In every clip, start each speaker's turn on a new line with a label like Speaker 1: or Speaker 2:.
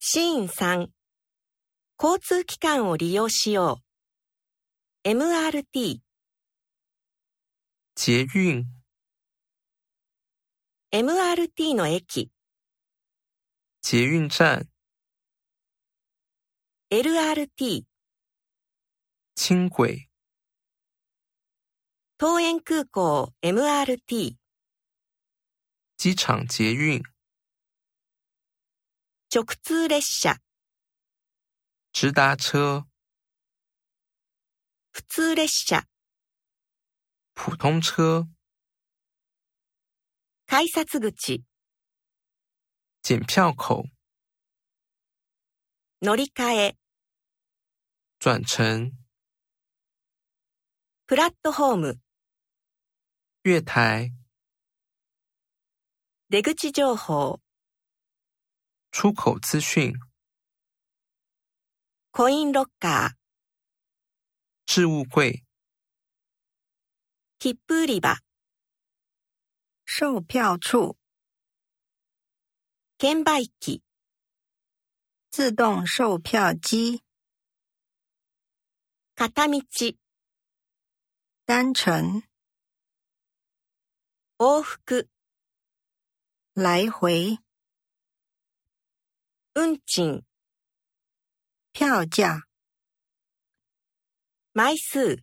Speaker 1: シーン3、交通機関を利用しよう。MRT、
Speaker 2: 捷运、
Speaker 1: MRT の駅、
Speaker 2: 捷运站、
Speaker 1: LRT、
Speaker 2: 轻轨、
Speaker 1: 桃園空港 MRT、
Speaker 2: 机场捷运、
Speaker 1: 直通列車、
Speaker 2: 直达车、
Speaker 1: 普通列車、
Speaker 2: 普通车、
Speaker 1: 改札口、
Speaker 2: 检票口、
Speaker 1: 乗り換え、
Speaker 2: 转乘、
Speaker 1: プラットホーム、
Speaker 2: 月台、
Speaker 1: 出口情報、
Speaker 2: 出口资讯、
Speaker 1: コインロッカ
Speaker 2: 置物柜、
Speaker 1: ー、切符売り場、
Speaker 3: 售票处、
Speaker 1: 券売機、
Speaker 3: 自动售票机、
Speaker 1: 片道、
Speaker 3: 单程、
Speaker 1: 往復、
Speaker 3: 来回、
Speaker 1: 運賃、
Speaker 3: 票价、
Speaker 1: 枚数、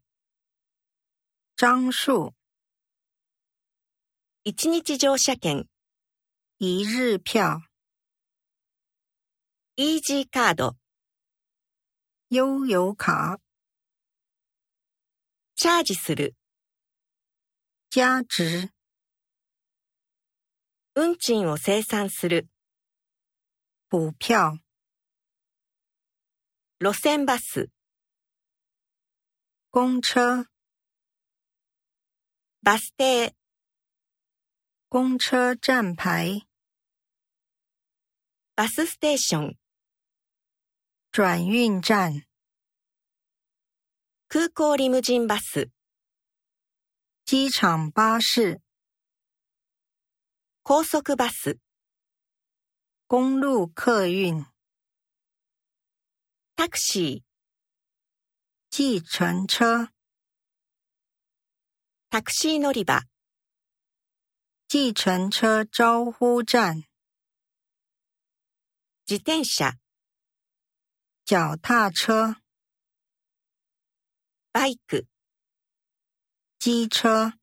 Speaker 3: 张数、
Speaker 1: 1日乗車券、
Speaker 3: 一日票、
Speaker 1: イージーカード、
Speaker 3: 悠游卡、
Speaker 1: チャージする、
Speaker 3: 加值、
Speaker 1: 運賃を生産する、
Speaker 3: 补票、
Speaker 1: 路線バス、
Speaker 3: 公车、
Speaker 1: バス停、
Speaker 3: 公车站牌、
Speaker 1: バスステーション、
Speaker 3: 转运站、
Speaker 1: 空港リムジンバス、
Speaker 3: 机场巴士、
Speaker 1: 高速バス、
Speaker 3: 公路客运、
Speaker 1: タクシー、
Speaker 3: 计程车、
Speaker 1: タクシー乗り場、
Speaker 3: 计程车招呼站、
Speaker 1: 自転車、
Speaker 3: 脚踏车、
Speaker 1: バイク。
Speaker 3: 机车。